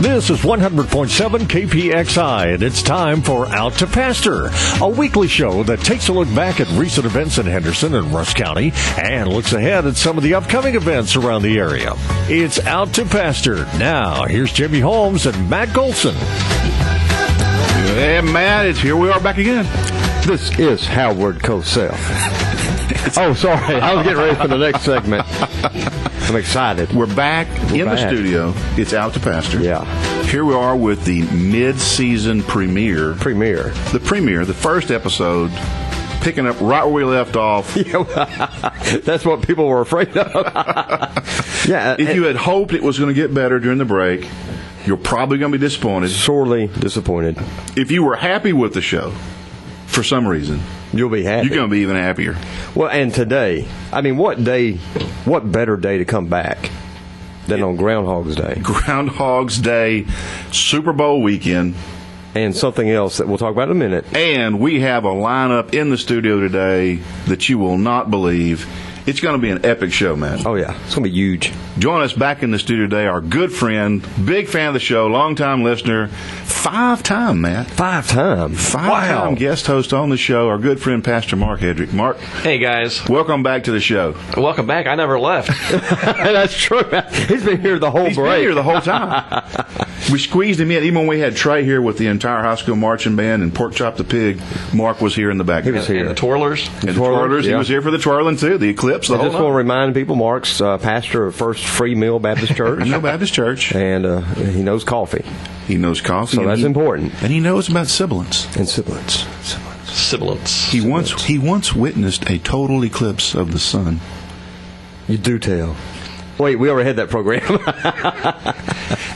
This is 100.7 KPXI, and it's time for Out to Pasture, a weekly show that takes a look back at recent events in Henderson and Rush County and looks ahead at some of the upcoming events around the area. It's Out to Pasture. Now, here's Jimmy Holmes and Matt Golson. Hey, Matt, it's here we are back again. This is Howard Cosell. oh, sorry. I was getting ready for the next segment. I'm excited. We're back in back. the studio. It's out to pasture. Yeah. Here we are with the mid-season premiere, Premiere. the premiere, the first episode, picking up right where we left off. That's what people were afraid of. yeah. uh, If you had hoped it was going to get better during the break, you're probably going to be disappointed. sorely disappointed, If you were happy with the show, for some reason, you'll be happy. you're going to be even happier. Well, and today, I mean, what day? What better day to come back than on Groundhog's Day? Groundhog's Day, Super Bowl weekend, And something else that we'll talk about in a minute. and we have a lineup in the studio today that you will not believe. It's going to be an epic show, man. Oh yeah, it's gonna be huge. Join us back in the studio today, our good friend, big fan of the show, longtime listener, five time, Matt. Five times. Five time guest host on the show, our good friend, Pastor Mark Hedrick. Mark, Hey guys, welcome back to the show. welcome back. I never left. That's true. He's been here the whole He's break. been here the whole time. we squeezed him in, even when we had Trey here with the entire high school marching band and Pork Chop the Pig, Mark was here in the back. He was here. and the twirlers. And the Twirler, twirlers, he yeah. was here for the twirling too, the eclipse, the I whole just want to nine. remind people, Mark's uh, pastor of First Free Meal Baptist Church, No Baptist Church. and uh, he knows coffee He knows coffee. So and that's he- important. And he knows about sibilance. and siblings. Siblings. Sibilance. He once he once witnessed a total eclipse of the sun. You do tell. Wait, we already had that program.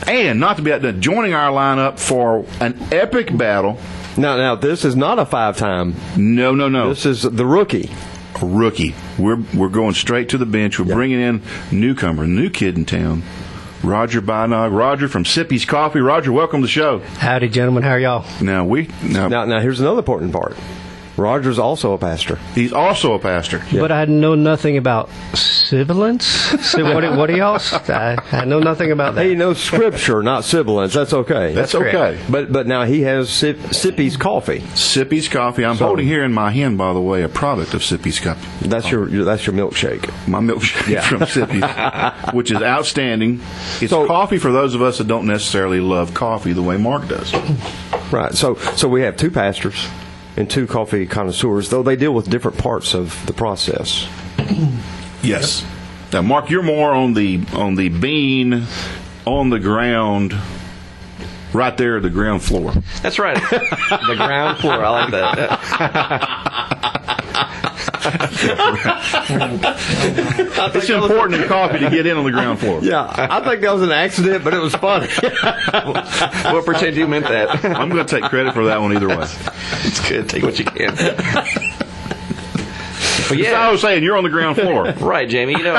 And not to be outdone, joining our lineup for an epic battle. now, now this is not a five-time. No, no, no. This is the rookie. rookie. We're we're going straight to the bench. We're bringing in newcomer, new kid in town. Roger Bynog, Roger from Sippy's Coffee. Roger, welcome to the show. Howdy, gentlemen. How are y'all? Now we now, Now, now here's another important part. Roger's also a pastor. he's also a pastor. But I know nothing about sibilance. Si- what, do- what do y'all? s- I, I know nothing about Hey, you that. know scripture, not siblings. That's okay. That's, correct. okay. but but now he has sip, Sippy's coffee. Sippy's Coffee. I'm holding here in my hand, by the way, a product of Sippy's Coffee. That's your your- that's your milkshake. My milkshake from Sippy's, which is outstanding. It's So- coffee for those of us that don't necessarily love coffee the way Mark does. Right. So so we have two pastors and two coffee connoisseurs, though they deal with different parts of the process. Yes. Now, Mark, you're more on the on the bean, on the ground, right there at the ground floor. That's right. the ground floor. I like that. It's important in coffee to get in on the ground floor. Yeah, I think that was an accident, but it was funny. We'll pretend you meant that. I'm going to take credit for that one either way. It's good. Take what you can. As but I yeah, was saying, you're on the ground floor. right, Jamie. You know,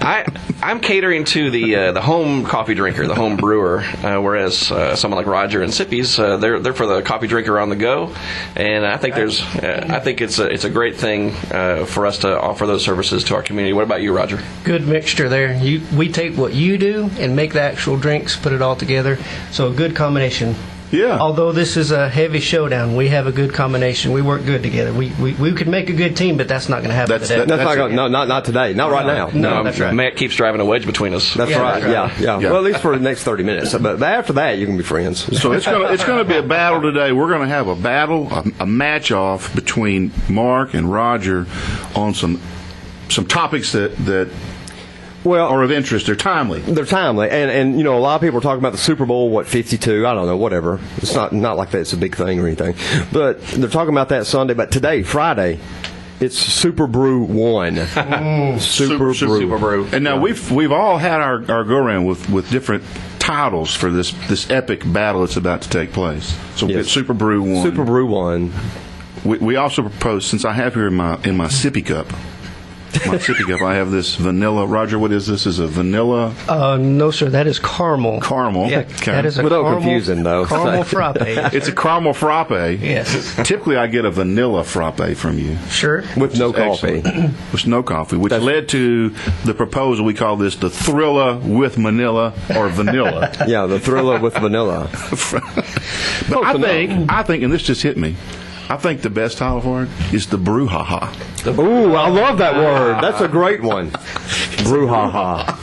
I I'm catering to the uh, the home coffee drinker, the home brewer, uh, whereas uh, someone like Roger and Sippy's uh, they're they're for the coffee drinker on the go, and I think there's uh, I think it's a it's a great thing uh, for us to offer those services to our community. What about you, Roger? Good mixture there. You, we take what you do and make the actual drinks, put it all together. So a good combination. Yeah. Although this is a heavy showdown, we have a good combination. We work good together. We we, we could make a good team, but that's not going to happen That's- today. that- That's not gonna, no, not not today, not right now. No, that's right. Um, Matt keeps driving a wedge between us. That's Yeah, right. that's Yeah, right. yeah, Yeah. Well, at least for the next thirty minutes. But after that, you can be friends. So it's going to it's going to be a battle today. We're going to have a battle, a, a match off between Mark and Roger on some some topics that that Well, are of interest. They're timely. they're timely, and and you know a lot of people are talking about the Super Bowl, what fifty two, I don't know, whatever. It's not not like that's a big thing or anything, but they're talking about that Sunday. But today, Friday, it's Super Brew One, Super, Brew, And now we've we've all had our, our go around with, with different titles for this this epic battle that's about to take place. So we Yes. it's Super Brew one. Super Brew One. We, we also propose since I have here in my in my sippy cup my sippy cup, I have this vanilla. Roger, what is this? Is a vanilla Uh, no, sir. That is caramel. caramel? Yeah, Okay. that is a Without caramel, confusing, though. Caramel frappe. it's a caramel frappe. yes, Typically, I get a vanilla frappe from you. sure. with no coffee. Excellent. With no coffee, which led to the proposal. We call this the Thriller with Manila or Vanilla. Yeah, the thriller with vanilla. but I think, I think, and this just hit me. I think the best title for it is the Brouhaha. Ooh, I love that word. That's a great one. Brouhaha.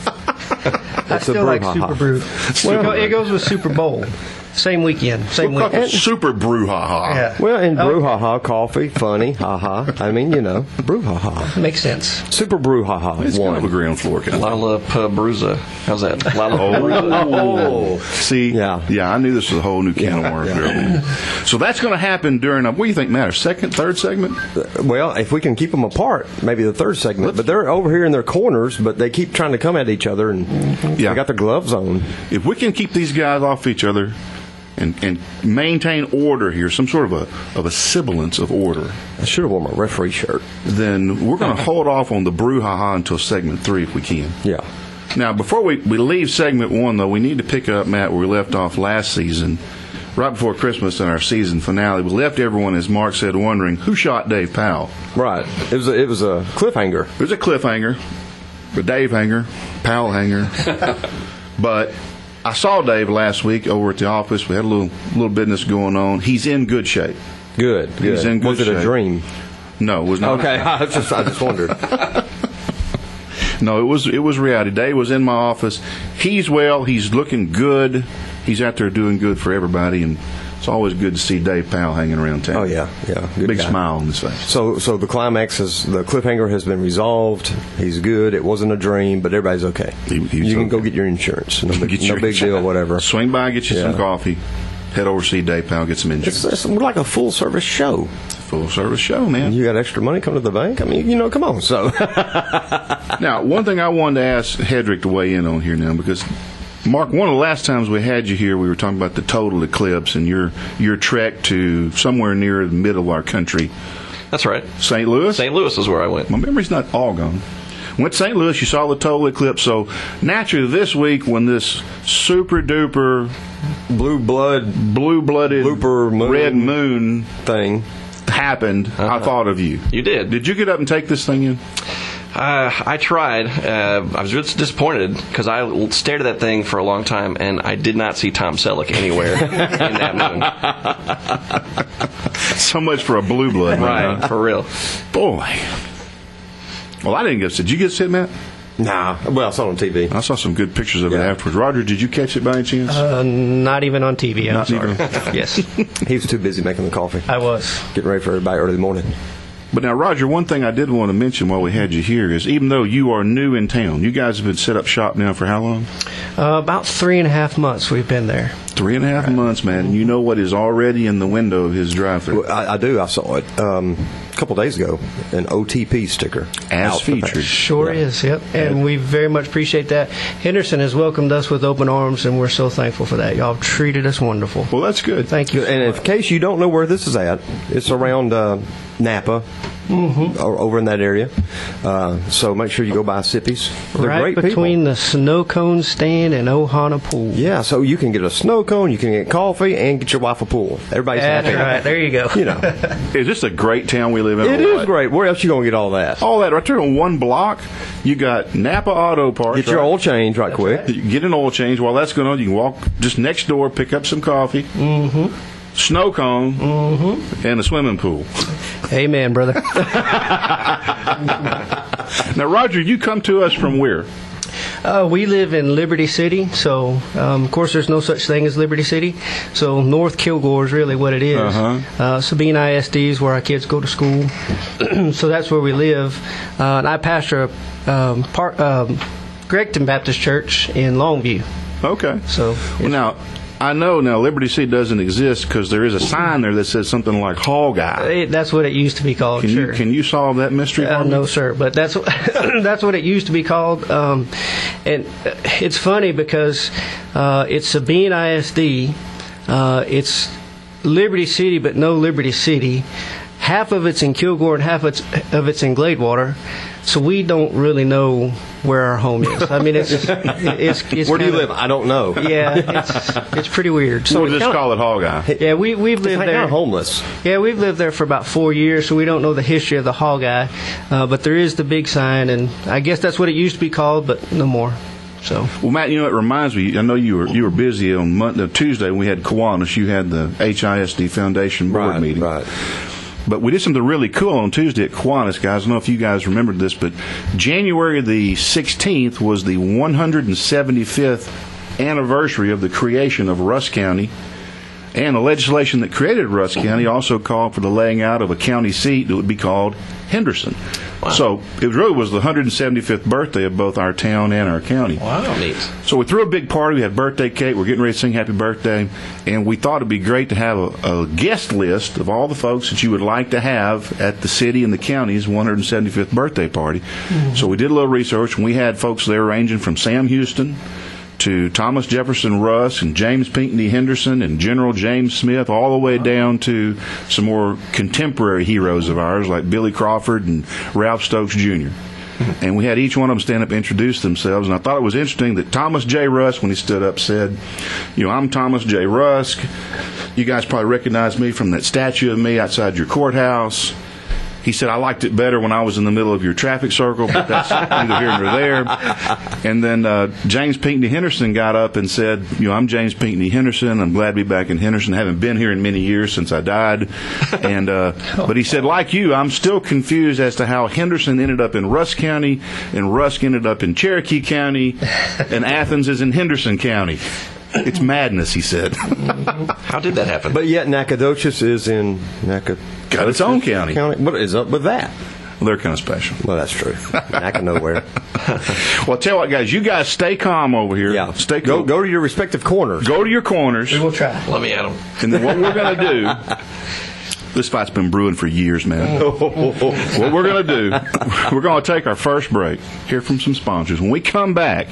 I still like Super Brew. Well, it goes with Super Bowl. Same weekend. Same We'll call it weekend. Super Brouhaha. Yeah. Well, and Oh. brouhaha, coffee, funny, haha. I mean, you know, brouhaha. Makes sense. Super brouhaha It's kind of a one. ground floor kind of. Lala Pabruza. How's that? Lala Pabruza. Oh, see, Yeah. yeah, I knew this was a whole new can of worms. So that's going to happen during a. What do you think, Matter? Second, third segment? Well, if we can keep them apart, maybe the third segment. But they're over here in their corners, but they keep trying to come at each other, and Yeah. they got their gloves on. if we can keep these guys off each other and, and maintain order here, some sort of a of a sibilance of order, I should have worn my referee shirt. then we're going to hold off on the brouhaha until segment three if we can. Yeah. Now, before we, we leave segment one, though, we need to pick up, Matt, where we left off last season, right before Christmas in our season finale. We left everyone, as Mark said, wondering who shot Dave Powell. Right. It was a, it was a cliffhanger. There's a cliffhanger, a Dave hanger, Powell hanger. but I saw Dave last week over at the office. We had a little little business going on. He's in good shape. Good. good. He's in good was it a shape. dream? No, it was not. Okay. I just I just wondered. No, it was it was reality. Dave was in my office. He's well. He's looking good. He's out there doing good for everybody, and it's always good to see Dave Powell hanging around town. Oh yeah, yeah. Good big guy. smile on his face. So, so the climax has the cliffhanger has been resolved. He's good. It wasn't a dream, but everybody's okay. He- he's you can go okay. get your insurance. No big, Get no your- big deal, whatever. Swing by, get you some Yeah. coffee. Head over to see Dave Powell, get some It's, insurance. it's we're like a full service show. Full service show, man. You got extra money? Come to the bank. I mean, you know, come on. So, Now, one thing I wanted to ask Hedrick to weigh in on here now because. Mark, one of the last times we had you here, we were talking about the total eclipse and your your trek to somewhere near the middle of our country, That's right. St. Louis. St. Louis is where I went. My memory's not all gone. Went to St. Louis, you saw the total eclipse. So naturally, this week when this super duper blue blood blue blooded Blooper moon. Uh-huh. red moon thing. happened, I thought of you. You did. Did you get up and take this thing in? Uh, I tried. Uh, I was just disappointed because I stared at that thing for a long time and I did not see Tom Selleck anywhere in that moon. So much for a blue blood. man, Uh-huh. Right, huh? for real. Boy. Well, I didn't get. Did you get hit, Matt? Nah. Well, I saw it on TV. I saw some good pictures of it afterwards. Roger, did you catch it by any chance? Uh-huh. Uh, not even on TV. I'm Not sorry. even. yes, He was too busy making the coffee, I was. getting ready for everybody early in the morning. But now, Roger, one thing I did want to mention while we had you here is, even though you are new in town, you guys have been set up shop now for how long? Uh, about three and a half months we've been there. Three and a half months, man. And you know what is already in the window of his drive-thru? Well, I, I do. I saw it um, a couple days ago. An OTP sticker. As Out the back. featured. Sure is, yep. And we very much appreciate that. Henderson has welcomed us with open arms, and we're so thankful for that. Y'all treated us wonderful. Well, that's good. Thank you. And in case you don't know where this is at, it's around uh, Napa, Mm-hmm. or over in that area. Uh, so make sure you go buy Sippies. They're right great between people. the snow cone stand and Ohana Pool. yeah, so you can get a snow cone, you can get coffee, and get your wife a pool. Everybody's That's happy. right. There you go. You know, Is this a great town we live in? it or is what? Oh, great. Where else you gonna get all that? All that right there on one block. You got Napa Auto Parts. Get your right? oil change right quick. You get an oil change. While that's going on, you can walk just next door, pick up some coffee, mm-hmm. snow cone, mm-hmm. and a swimming pool. Amen, brother. Now, Roger, you come to us from where? Uh, we live in Liberty City, so um, of course there's no such thing as Liberty City. So North Kilgore is really what it is. Uh-huh. Uh, Sabine ISD is where our kids go to school, so that's where we live. Uh, and I pastor a um, par- um, Gregton Baptist Church in Longview. Okay. So Well, now, I know now Liberty City doesn't exist because there is a sign there that says something like Hall Guy. it, that's what it used to be called. Can, sure. you, can you solve that mystery Uh, for me? no, sir. But that's that's what it used to be called. Um, and uh, it's funny because uh, it's Sabine ISD. Uh, it's Liberty City, but no Liberty City. Half of it's in Kilgore and half it's, of it's in Gladewater. so we don't really know where our home is. I mean, it's it's, it's Where do you kinda- live? I don't know. Yeah, it's, it's pretty weird. So we'll just call it Hawkeye. yeah, we we've It's lived like there. they're homeless. Yeah, we've lived there for about four years, so we don't know the history of the Hall Guy, uh, but there is the big sign, and I guess that's what it used to be called, but no more. So Well, Matt, you know it reminds me. I know you were you were busy on Monday, Tuesday when we had Kiwanis. You had the HISD Foundation board Right, meeting. right. But we did something really cool on Tuesday at Kiwanis, guys. I don't know if you guys remembered this, but January the 16th was the 175th anniversary of the creation of Russ County. And the legislation that created Russ County also called for the laying out of a county seat that would be called Henderson. So it really was the 175th birthday of both our town and our county. Oh. Wow. Neat. So we threw a big party. We had birthday cake. We're getting ready to sing happy birthday. And we thought it'd be great to have a, a guest list of all the folks that you would like to have at the city and the county's 175th birthday party. So we did a little research and we had folks there ranging from Sam Houston to Thomas Jefferson Russ and James Pinkney Henderson and General James Smith, all the way down to some more contemporary heroes of ours like Billy Crawford and Ralph Stokes Jr. Hmm. And we had each one of them stand up and introduce themselves. And I thought it was interesting that Thomas J. Rusk, when he stood up, said, You know, I'm Thomas J. Rusk. You guys probably recognize me from that statue of me outside your courthouse. He said, I liked it better when I was in the middle of your traffic circle, but that's neither here nor there. And then uh, James Pinkney Henderson got up and said, You know, I'm James Pinkney Henderson. I'm glad to be back in Henderson. I haven't been here in many years since I died. And uh, But he said, Like you, I'm still confused as to how Henderson ended up in Rusk County and Rusk ended up in Cherokee County and Athens is in Henderson County. It's madness, he said. How did that happen? But yet Nacogdoches is in Nacogdoches Got its own county. County. What is up with that? They're kind of special. Well, that's true. Knack of nowhere. Well, tell you what, guys, you guys stay calm over here. Yeah. Stay go cool. go to your respective corners. Go to your corners, we'll try. Let me at him. and then what we're going to do. This fight's been brewing for years, man. what we're going to do, we're going to take our first break, hear from some sponsors. When we come back,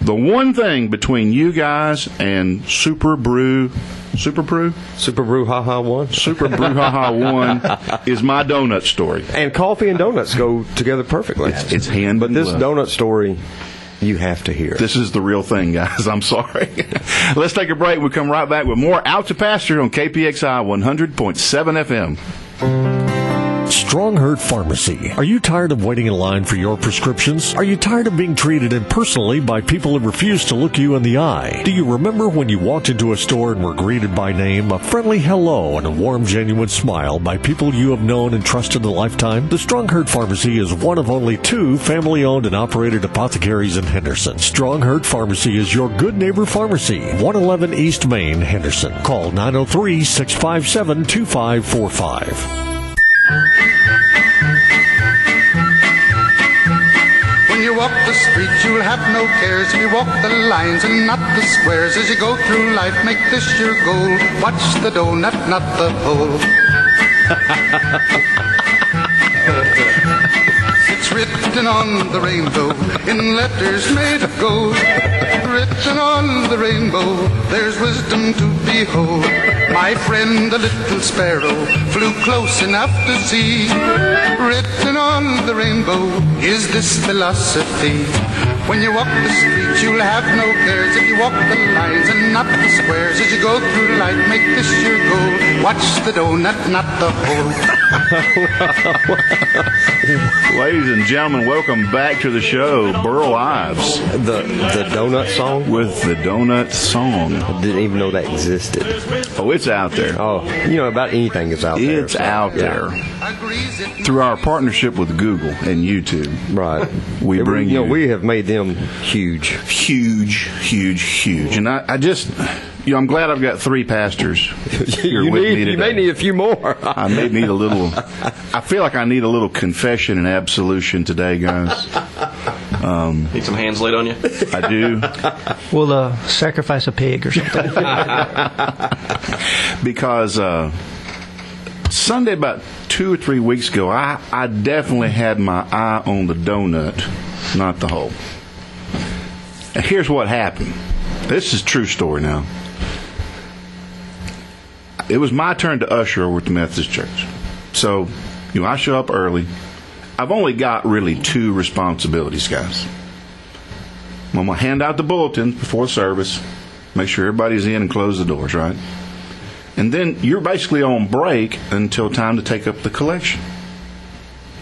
the one thing between you guys and Super Brew, Super Brew? Super Brew Ha Ha One. Super Brew Haha 1 is my donut story. And coffee and donuts go together perfectly. It's, it's hand but in this glove. donut story, you have to hear. This is the real thing, guys. I'm sorry. Let's take a break. We'll come right back with more Out to Pasture on KPXI 100.7 FM. Strongheart Pharmacy. Are you tired of waiting in line for your prescriptions? Are you tired of being treated impersonally by people who refuse to look you in the eye? Do you remember when you walked into a store and were greeted by name, a friendly hello, and a warm, genuine smile by people you have known and trusted a lifetime? The Strongheart Pharmacy is one of only two family owned and operated apothecaries in Henderson. Strongheart Pharmacy is your good neighbor pharmacy, 111 East Main, Henderson. Call 903 657 2545. When you walk the streets, you'll have no cares. If you walk the lines and not the squares, as you go through life, make this your goal. Watch the donut, not the hole. it's written on the rainbow in letters made of gold. Written on the rainbow, there's wisdom to behold. My friend, the little sparrow, flew close enough to see. Written on the rainbow is this philosophy. When you walk the streets, you'll have no cares if you walk the lines and not the squares. As you go through life, make this your goal. Watch the donut, not the hole. Ladies and gentlemen, welcome back to the show, Burl Ives The the donut song. with the Donut Song. Didn't even know that existed. Oh, it's out there. Oh, you know about anything is out there. It's so, out yeah. there. Through our partnership with Google and YouTube, Right. We Yeah, bring you know you- we have made them huge. huge, huge, huge. And I, I just, you know, I'm glad I've got three pastors here you with need me you may today. need a few more. I may need a little. I feel like I need a little confession and absolution today, guys. Need some hands laid on you? I do We'll uh, sacrifice a pig or something. because uh, Sunday about two or three weeks ago, I I definitely had my eye on the donut, not the hole. And here's what happened. This is true story now. It was my turn to usher over at the Methodist Church, so you know I show up early. I've only got really two responsibilities, guys. I'm gonna hand out the bulletins before service, make sure everybody's in and close the doors, right? And then you're basically on break until time to take up the collection.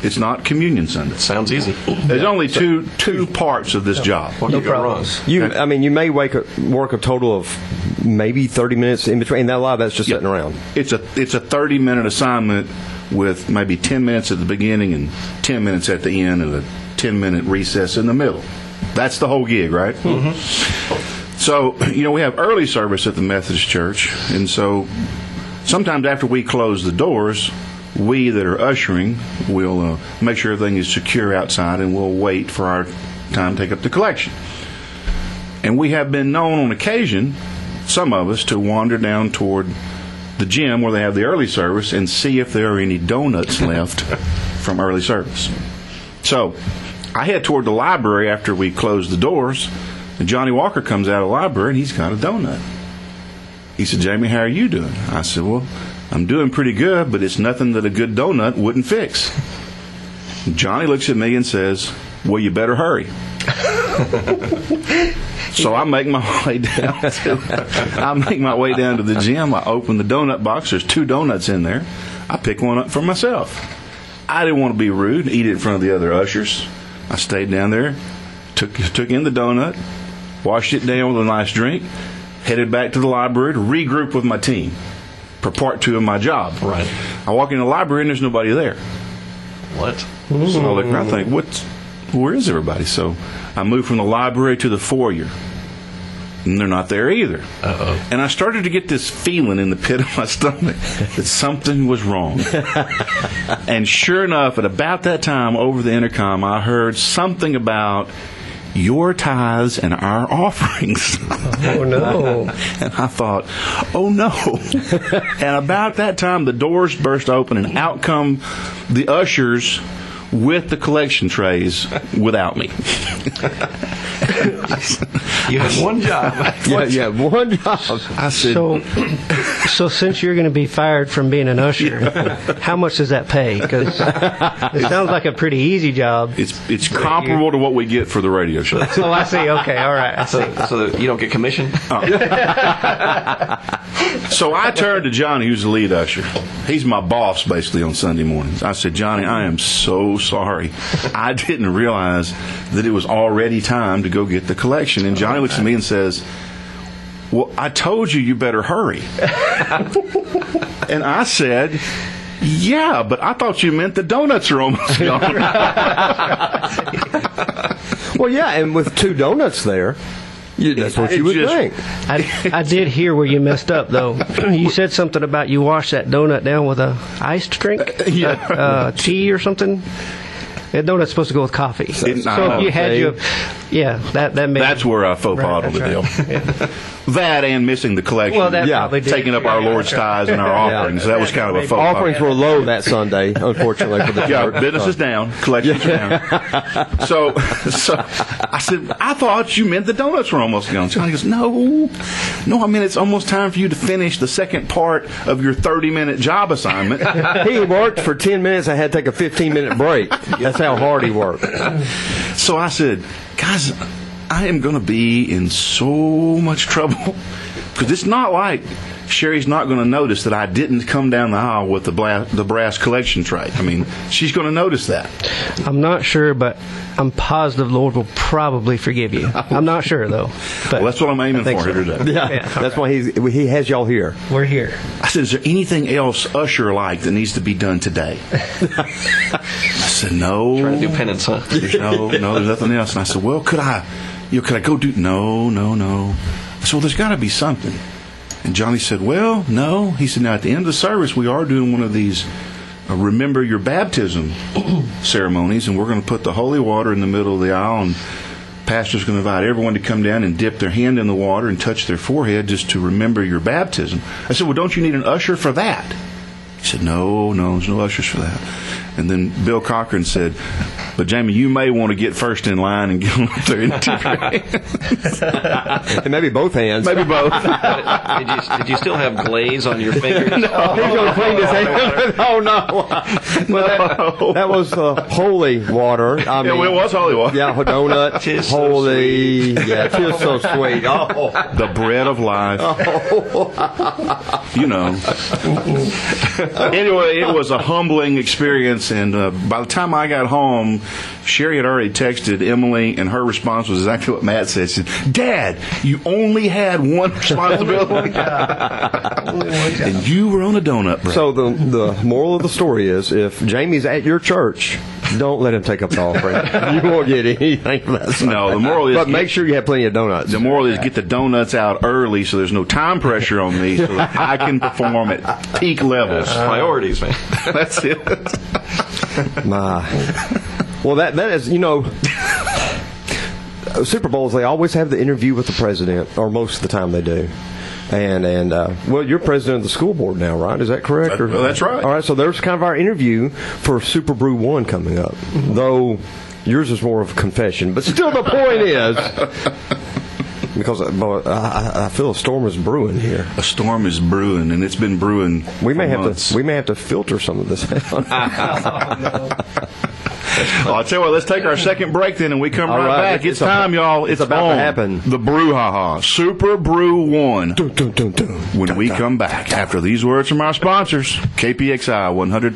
It's not communion Sunday. Sounds easy. There's only two two parts of this job. What could go wrong? You, I mean, you may wake up, work a total of maybe 30 minutes in between. That a lot of that's just sitting around. It's a it's a 30 minute assignment with maybe 10 minutes at the beginning and 10 minutes at the end and a 10 minute recess in the middle. That's the whole gig, right? Mm-hmm. So you know we have early service at the Methodist Church, and so sometimes after we close the doors. We that are ushering will uh, make sure everything is secure outside and we'll wait for our time to take up the collection. And we have been known on occasion, some of us, to wander down toward the gym where they have the early service and see if there are any donuts left from early service. So I head toward the library after we close the doors, and Johnny Walker comes out of the library and he's got a donut. He said, Jamie, how are you doing? I said, Well, I'm doing pretty good, but it's nothing that a good donut wouldn't fix. Johnny looks at me and says, Well, you better hurry. So I make my way down. To, I make my way down to the gym. I open the donut box. There's two donuts in there. I pick one up for myself. I didn't want to be rude. Eat it in front of the other ushers. I stayed down there, took took in the donut, washed it down with a nice drink, headed back to the library to regroup with my team for part two of my job. Right. I walk in the library and there's nobody there. What? So I look and I think, what's, where is everybody? So I move from the library to the foyer. And they're not there either. Uh-oh. And I started to get this feeling in the pit of my stomach that something was wrong. and sure enough, at about that time over the intercom, I heard something about your tithes and our offerings. Oh, no. And I thought, oh no. and about that time, the doors burst open, and out come the ushers with the collection trays without me. You have one job. Yeah, yeah, one job. I said, So, so since you're going to be fired from being an usher, how much does that pay? Because it sounds like a pretty easy job. it's, it's comparable to what we get for the radio show. Oh, I see. Okay, all right. I see. So, so that you don't get commission? Oh. So I turned to Johnny, who's the lead usher. He's my boss basically on Sunday mornings. I said, Johnny, I am so sorry. I didn't realize that it was already time to go get the collection. And Johnny looks at me and says, Well, I told you you better hurry. and I said, Yeah, but I thought you meant the donuts are almost gone. Well, yeah, and with two donuts there, you, that's what It you would just- think. I, I did hear where you messed up, though. You said something about you washed that donut down with a iced drink, Yeah. uh, uh, tea or something. That donut's supposed to go with coffee. So, It's not if you had okay. you, yeah, that that made That's where I faux pas on Right, the deal. that's That and missing the collection. Well, that Yeah, probably did. taking up our Lord's tithes and our Yeah. offerings. That was kind of a faux pas. Offerings were low that Sunday, unfortunately, for the Yeah, church. business is down, collections are down. So, so I said, I thought you meant the donuts were almost gone. Johnny goes, No, no, I mean it's almost time for you to finish the second part of your thirty-minute job assignment. He worked for 10 minutes. I had to take a 15 minute break. That's how hard he worked. so I said, Guys, I am going to be in so much trouble because it's not like. Sherry's not going to notice that I didn't come down the aisle with the, bla- the brass collection tray. I mean, she's going to notice that. I'm not sure, but I'm positive Lord will probably forgive you. I'm not sure though, but Well, that's what I'm aiming for think here so. today. Yeah, that's why he's, he has y'all here. we're here. I said, Is there anything else usher like that needs to be done today? I said, No. Trying to do penance, huh? There's no, no, there's nothing else. And I said, Well, could I, you know, could I go do? No, no, no. I said, Well, there's got to be something. And Johnny said, Well, no. He said, Now at the end of the service, we are doing one of these uh, remember your baptism ceremonies, and we're going to put the holy water in the middle of the aisle, and pastor's going to invite everyone to come down and dip their hand in the water and touch their forehead just to remember your baptism. I said, Well, don't you need an usher for that? He said, No, no, there's no ushers for that. And then Bill Cochran said, But Jamie, you may want to get first in line and get on up there and tip your hand. And maybe both hands. Maybe both. did, you, did you still have glaze on your fingers? Oh, He's going to clean his hand. Oh, no. Well, that, that was uh, holy water. Yeah, I mean, well, it was holy water. Yeah, donut. Tis so holy. yeah, it feels so sweet. Oh. The bread of life. you know. anyway, it was a humbling experience, and uh, by the time I got home, Sherry had already texted Emily, and her response was exactly what Matt said. She said, "Dad, you only had one responsibility, and you were on a donut bread." So the the moral of the story is, if Jamie's at your church, don't let him take up the offering. you won't get anything less. No, the moral is- But make sure you have plenty of donuts. the moral is get the donuts out early so there's no time pressure on me so that I can perform at peak levels. Priorities, man. That's it. My. Well, that that is you know. Super Bowls, they always have the interview with the president, or most of the time they do. And and uh, well, you're president of the school board now, right? Is that correct? That- well, that's right. All right, so there's kind of our interview for Super Brew One coming up, though yours is more of a confession. But still, the point is because uh, boy, I, I- I feel a storm is brewing here. A storm is brewing, and it's been brewing. We may for have months. to we may have to filter some of this out. Well, I'll Oh, tell you what, let's take our second break then, and we come All right, right, back. It's, it's time, a- y'all. it's It's, about to on. happen. The brouhaha. Super Brew 1. Dun, dun, dun. When we come back, after these words from our sponsors, KPXI 100.7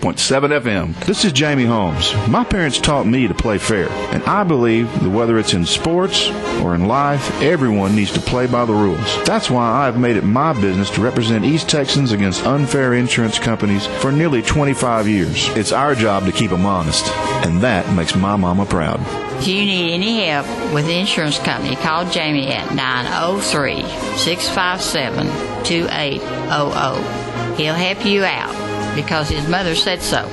FM. This is Jamie Holmes. My parents taught me to play fair, and I believe that whether it's in sports or in life, everyone needs to play by the rules. That's why I've made it my business to represent East Texans against unfair insurance companies for nearly 25 years. It's our job to keep them honest, and that makes my mama proud. If you need any help with the insurance company, call Jamie at 903 657 2800. He'll help you out because his mother said so.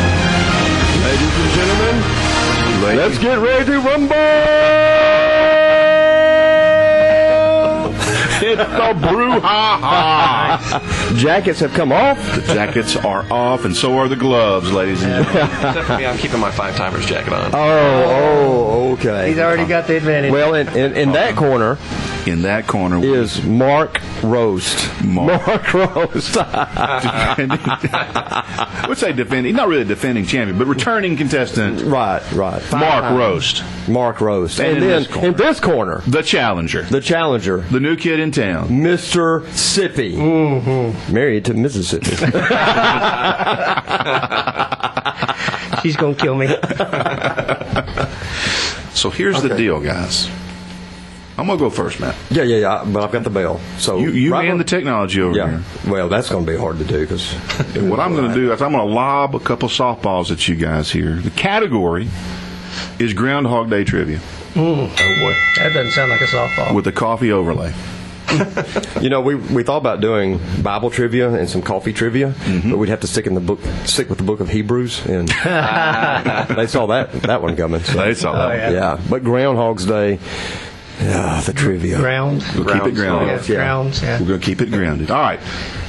Ladies and gentlemen, Ladies. let's get ready to rumble! It's the brouhaha. Jackets have come off. the jackets are off, and so are the gloves, ladies and gentlemen. Except for me, I'm keeping my five timers jacket on. Oh, oh, He's okay. already got the advantage. Well, in, in, in that corner In that corner is Mark Roast. Mark. Mark Roast. defending. I would say defending, not really defending champion, but returning contestant right, right. Mark Roast, Mark Roast. And in And, then this corner. in this corner, the challenger, the challenger, the new kid in town. Mr. Sippy. Married to Mississippi. She's going to kill me. So here's the deal, guys. I'm gonna go first, Matt. yeah, yeah, yeah. But I've got the bell. So You, you right and on- the technology over Yeah. here. Well, that's going to be hard to do because And what I'm going to do is I'm going to lob a couple softballs at you guys here. The category is Groundhog Day trivia That doesn't sound like a softball. with the coffee overlay. You know, we, we thought about doing Bible trivia and some coffee trivia, Mm-hmm. but we'd have to stick in the book, stick with the book of Hebrews, and they saw that that one coming. So. They saw that. yeah. but Groundhog's Day, yeah, the trivia. Ground. We'll keep it grounded. Yeah, grounds, yeah. We're going to keep it grounded. All right.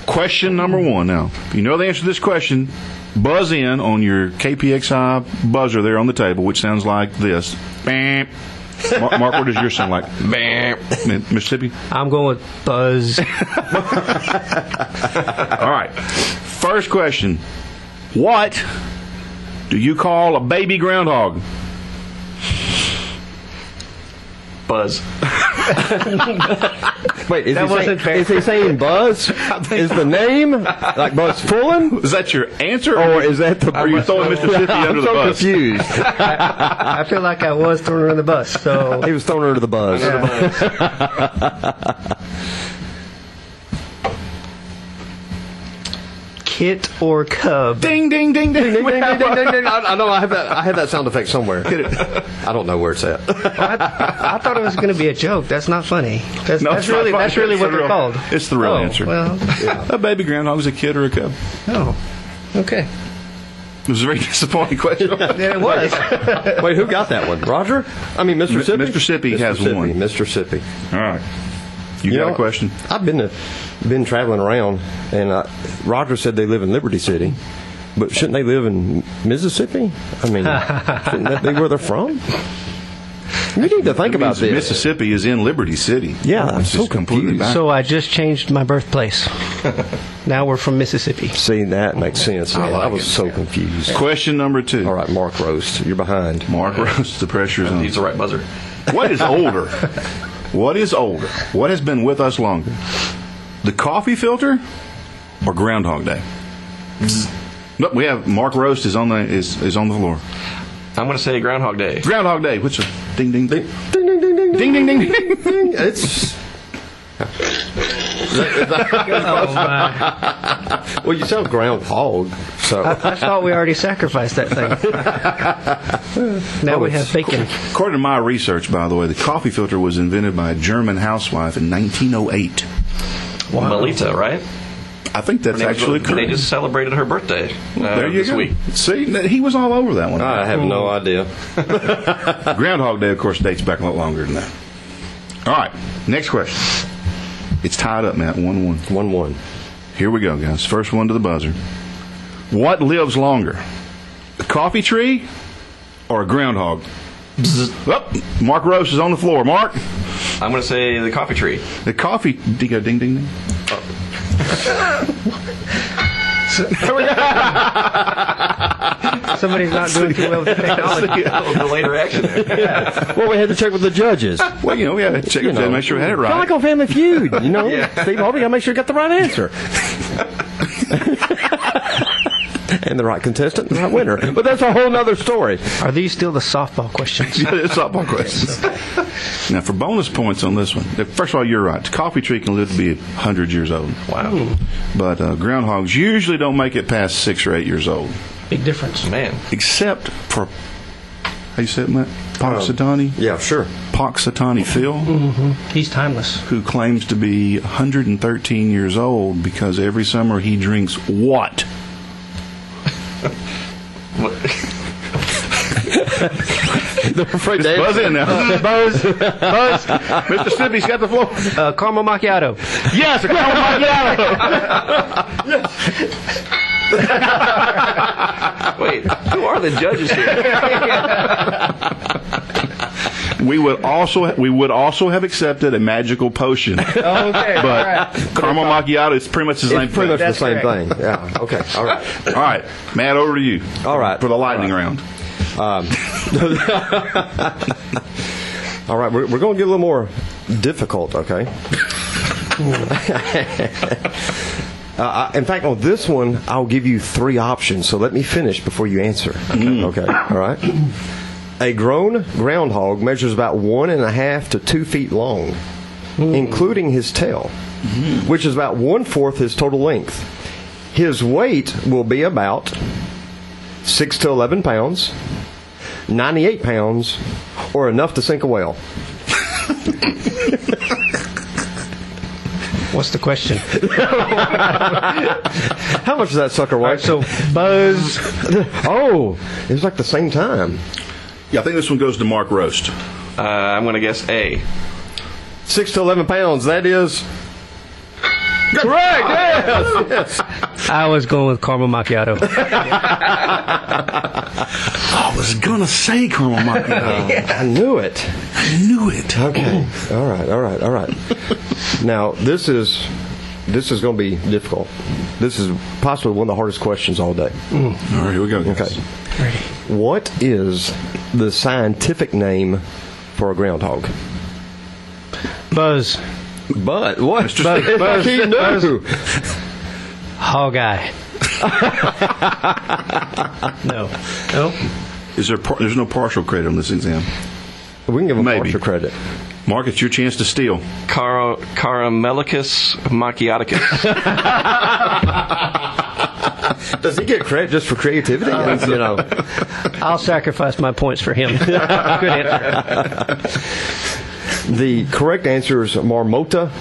Question number one now. If you know the answer to this question, buzz in on your KPXI buzzer there on the table, which sounds like this. Bam. Mark, Mark, what does yours sound like? Bam. Mississippi? I'm going with Buzz. All right. First question What do you call a baby groundhog? Buzz. Wait, is, he That saying, wasn't fair. is he saying Buzz? is the name like Buzz Fullen? Is that your answer? Or is that the? Are you throwing Mississippi I'm under the so bus? confused. I feel like I was thrown under the bus. So he was thrown under the bus. kit or cub? Ding, ding, ding, ding, ding, Ding, ding, ding, ding, ding. I, I know I have that. I have that sound effect somewhere. I don't know where it's at. I, I thought it was going to be a joke. That's not funny. That's, No, that's it's not really funny. that's really It's what the real- they're called. it's the real Oh, answer. Well, A baby groundhog's a kid or a cub? oh, okay. It was a very disappointing question. Then it was. Wait, who got that one? Roger? I mean, Mr. Sippy? Mr. Sippy has Sippy, one. Mr. Sippy. All right. You, got know, a question? I've been to, been traveling around, and uh, Roger said they live in Liberty City, but shouldn't they live in Mississippi? I mean, shouldn't that be where they're from? You need to It think about means this. Mississippi is in Liberty City. Yeah, I'm It's so just completely confused. back- So I just changed my birthplace. now we're from Mississippi. See, that makes sense. man. I, like was it. so confused. Question number two. All right, Mark Roast, you're behind. Mark Rose, the pressure's on. Use the right buzzer. What is older? what is older? What has been with us longer? The coffee filter or Groundhog Day? Mm. Nope, we have Mark Roast is on the is, is on the floor. I'm going to say Groundhog Day. Groundhog Day, which is ding ding ding Ding, ding, ding, ding, ding ding ding ding. ding. It's. Oh my! Well, you sound groundhog, so. I thought we already sacrificed that thing. now we have bacon. According to my research, by the way, the coffee filter was invented by a German housewife in 1908. Melita, right? I think that's They- actually correct. They just celebrated her birthday uh, there you this go. week. Ah. See, n- he was all over that one. I have no idea. Groundhog Day, of course, dates back a lot longer than that. All right, next question. It's tied up, Matt, 1 1. 1 1. Here we go, guys. First one to the buzzer. What lives longer, a coffee tree or a groundhog? Oh, Mark Rose is on the floor. Mark, I'm going to say the coffee tree. the coffee. Ding, ding, ding. ding. Somebody's not doing too well with the technology. Oh, the later action there. Well, we had to check with the judges. Well, you know, we had to check it know. and make sure we had it Kinda right. like on Family Feud, you know. Steve Harvey, gotta make sure you got the right answer. and the right contestant, the right winner. But that's a whole nother story. Are these still the softball questions? Yeah, it's softball questions. now, for bonus points on this one, first of all, you're right. The coffee tree can live to be 100 years old. Wow. But uh, groundhogs usually don't make it past six or eight years old, Big difference. Man. except for. How you say it, Matt? Poxitani? Um, Yeah, sure. Poxitani Phil, He's timeless. who claims to be 113 years old because every summer he drinks what? What- They're afraid to Buzz in now. Buzz. Buzz. Mr. Sippy's got the floor. Uh, caramel macchiato. Yes, a caramel macchiato. Wait, who are the judges here? We would also we would also have accepted a magical potion, but Okay. caramel macchiato is pretty much the same It's pretty much thing. the same correct. thing. Yeah. Okay. All right. All right, Matt, over to you. All right. for the lightning round. All right. We're, we're going to get a little more difficult. Okay. Uh, I, in fact, on this one, I'll give you three options. So let me finish before you answer. Okay. okay. All right. A grown groundhog measures about one and a half to two feet long, including his tail, which is about one fourth his total length. His weight will be about six to 11 pounds, 98 pounds, or enough to sink a whale. What's the question? How much does that sucker weigh? All right, so Buzz. oh, it was like the same time. Yeah, I think this one goes to Mark Roast. Uh, I'm going to guess A. Six to eleven pounds. That is correct. Yes, yes. I was going with caramel macchiato. I was gonna say caramel macchiato. I knew it. I knew it. Okay. all right. All right. All right. Now this is this is going to be difficult. This is possibly one of the hardest questions all day. All right, here we go. guys. Okay. What is the scientific name for a groundhog? Buzz. But what? Mr. But, Steve- but he knew. Hog eye. no. No? Is there par- there's no partial credit on this exam? We can give him Maybe. partial credit. Mark, it's your chance to steal. Car- Caramelicus macchiaticus. Does he get credit just for creativity? Uh, you know, I'll sacrifice my points for him. Good answer. the correct answer is Marmota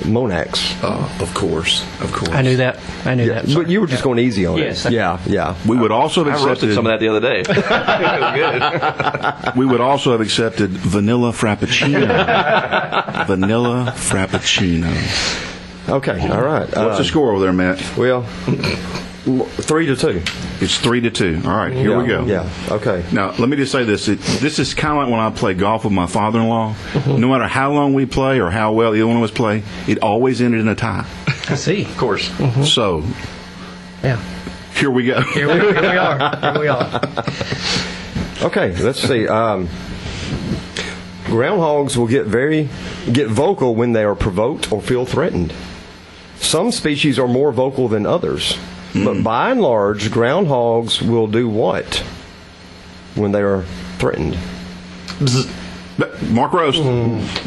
Monax. Uh, of course, of course. I knew that. I knew that. but you were just going easy on Yes. it. Yeah, yeah. We would also have I roasted accepted some of that the other day. It was good. We would also have accepted vanilla frappuccino. vanilla frappuccino. Okay, all right. Uh, What's the score over there, Matt? Well, l- three to two. It's three to two. All right, here we Yeah, go. Yeah. Okay. Now, let me just say this. It, this is kind of like when I play golf with my father in law. Mm-hmm. No matter how long we play or how well the other one of us play, it always ended in a tie. I see. Of course. Mm-hmm. So, Yeah. here we go. Here we, here we are. Here we are. Okay. Let's see. Um, groundhogs will get very get vocal when they are provoked or feel threatened. Some species are more vocal than others, but Hmm. by and large, groundhogs will do what when they are threatened? Mark Rose.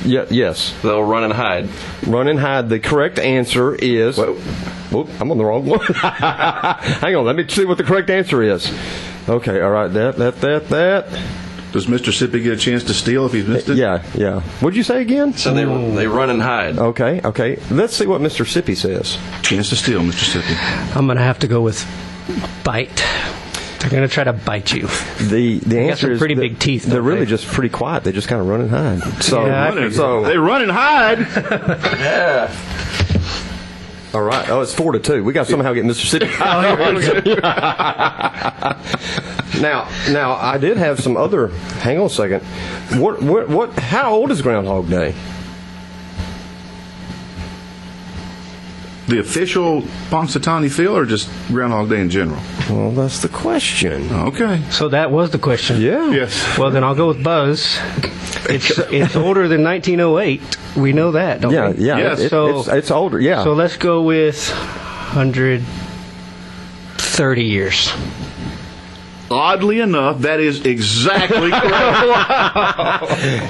Yeah. Yes. They'll run and hide. Run and hide. The correct answer is. Whoop, I'm on the wrong one. Hang on, let me see what the correct answer is. Okay, all right, that, that, that, that. Does Mr. Sippy get a chance to steal if he's missed it? Yeah, yeah. What'd you say again? So they they run and hide. Okay, okay. Let's see what Mr. Sippy says. Chance to steal, Mr. Sippy. I'm going to have to go with bite. They're going to try to bite you. The the got answer some is pretty that big teeth, They're don't really they? just pretty quiet. They just kind of run and hide. So, Yeah, I Running. so they run and hide. all right. Oh, it's four to two. We got to somehow get Mr. Sippy. Now, now I did have some other. Hang on a second. What, what, what? How old is Groundhog Day? the official Punxsutawney Phil or just Groundhog Day in general? Well, that's the question. Okay. So that was the question. Yeah. Yes. Well, then I'll go with Buzz. It's it's older than 1908. We know that, don't Yeah, we? yeah. Yes. it- it- So- it's, it's older. Yeah. So let's go with 130 years. Oddly enough, that is exactly correct.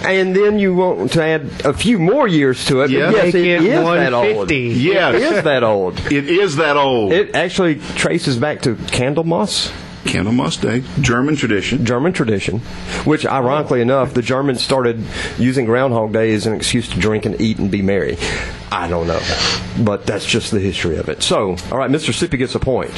and then you want to add a few more years to it. Yeah. But yes, Make it it is that old. 150. Yes. It is that old. it is that old. It actually traces back to Candlemas, Candlemas Day, German tradition. German tradition, which Oh. ironically enough, the Germans started using Groundhog Day as an excuse to drink and eat and be merry. I don't know, but that's just the history of it. So, all right, Mr. Sippy gets a point.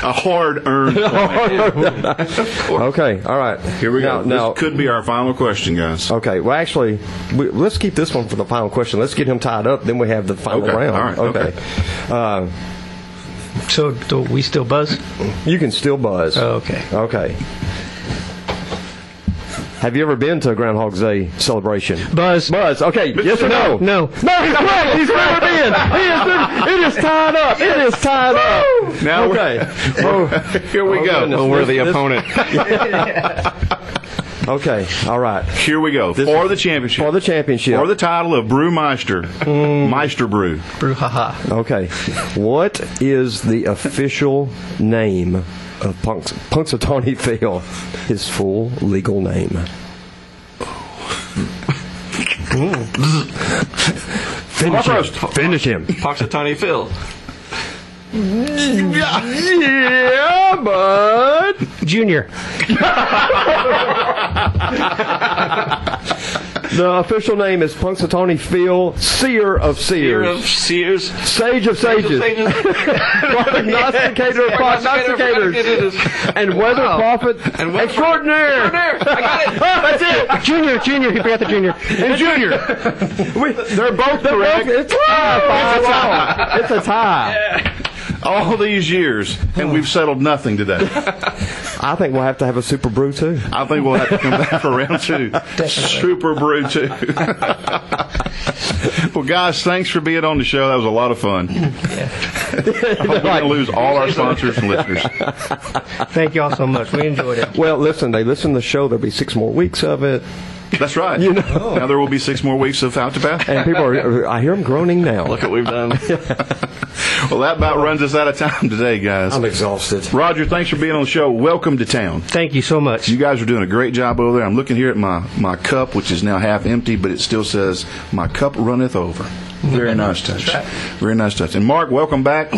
A hard earned okay, all right. Here we go. Now, now- this could be our final question, guys. Okay. Well, actually, we, let's keep this one for the final question. Let's get him tied up. Then we have the final Okay, round. all right, okay. Uh, So do we still Buzz? Oh, you can still buzz. Oh. Okay. Okay. Have you ever been to a Groundhog's Day celebration? Buzz. Buzz. Okay. Yes or no? No. No. He's correct. He's never been. He is, it is tied up. It is tied up. Now we're- okay. Oh, Here we oh, go. goodness. Oh, We're This- the this- opponent. Okay. All right. Here we go. This for is- the championship. For the Hmm. championship. For the title of Brewmeister. Meister Brew. Brouhaha. Okay. What is the official name of Punx- Punxsutawney Phil? His full legal name. finish him. Finish him. Punxsutawney Phil. yeah, bud. Junior. The official name is Punxsutawney Phil, Seer of Seer of Seers, Sears. Sage of Sages, Prognosticator of Prognosticators, and Weather Prophet And weather- Extraordinaire. Extraordinaire. I got it. That's it. Junior, junior. He forgot the junior. and Junior. We, they're both correct. it's, a tie. It's a tie. All these years, and Hmm. we've settled nothing today. I think we'll have to have a super brew too. I think we'll have to come back for round two. Super Brew 2. well, guys, thanks for being on the show. That was a lot of fun. I hope we didn't lose all our sponsors and listeners. Thank y'all so much. We enjoyed it. Well, listen, they listen to the show. There'll be six more weeks of it, That's right. You know. Now there will be six more weeks of Out to Pass. and people are. I hear them groaning now. Look what we've done. Well, that about runs us out of time today, guys. exhausted. Roger, thanks for being on the show. Welcome to town. Thank you so much. You guys are doing a great job over there. I'm looking here at my, my cup, which is now half empty, but it still says, My cup runneth over. Very nice touch. Very nice touch. And Mark, welcome back.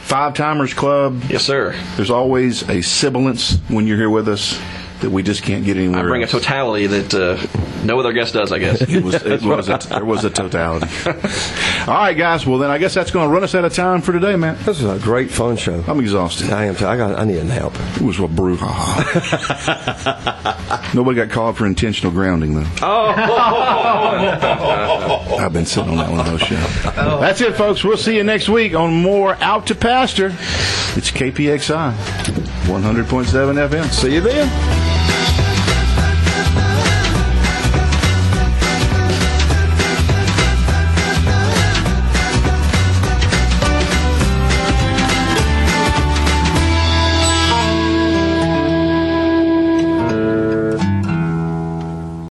Five Timers Club. Yes, sir. There's always a sibilance when you're here with us that we just can't get anywhere. I bring a else. totality that uh, no other guest does, I guess. It was, it was a, there was a totality. All right, guys. Well, then I guess that's going to run us out of time for today, man. This is a great fun show. I'm exhausted. I am. Too. I got. I need help. It was a brouhaha. Nobody got called for intentional grounding, though. Oh. I've been sitting on that one the whole show. That's it, folks. We'll see you next week on more Out to Pasture. It's KPXI, 100.7 FM. See you then.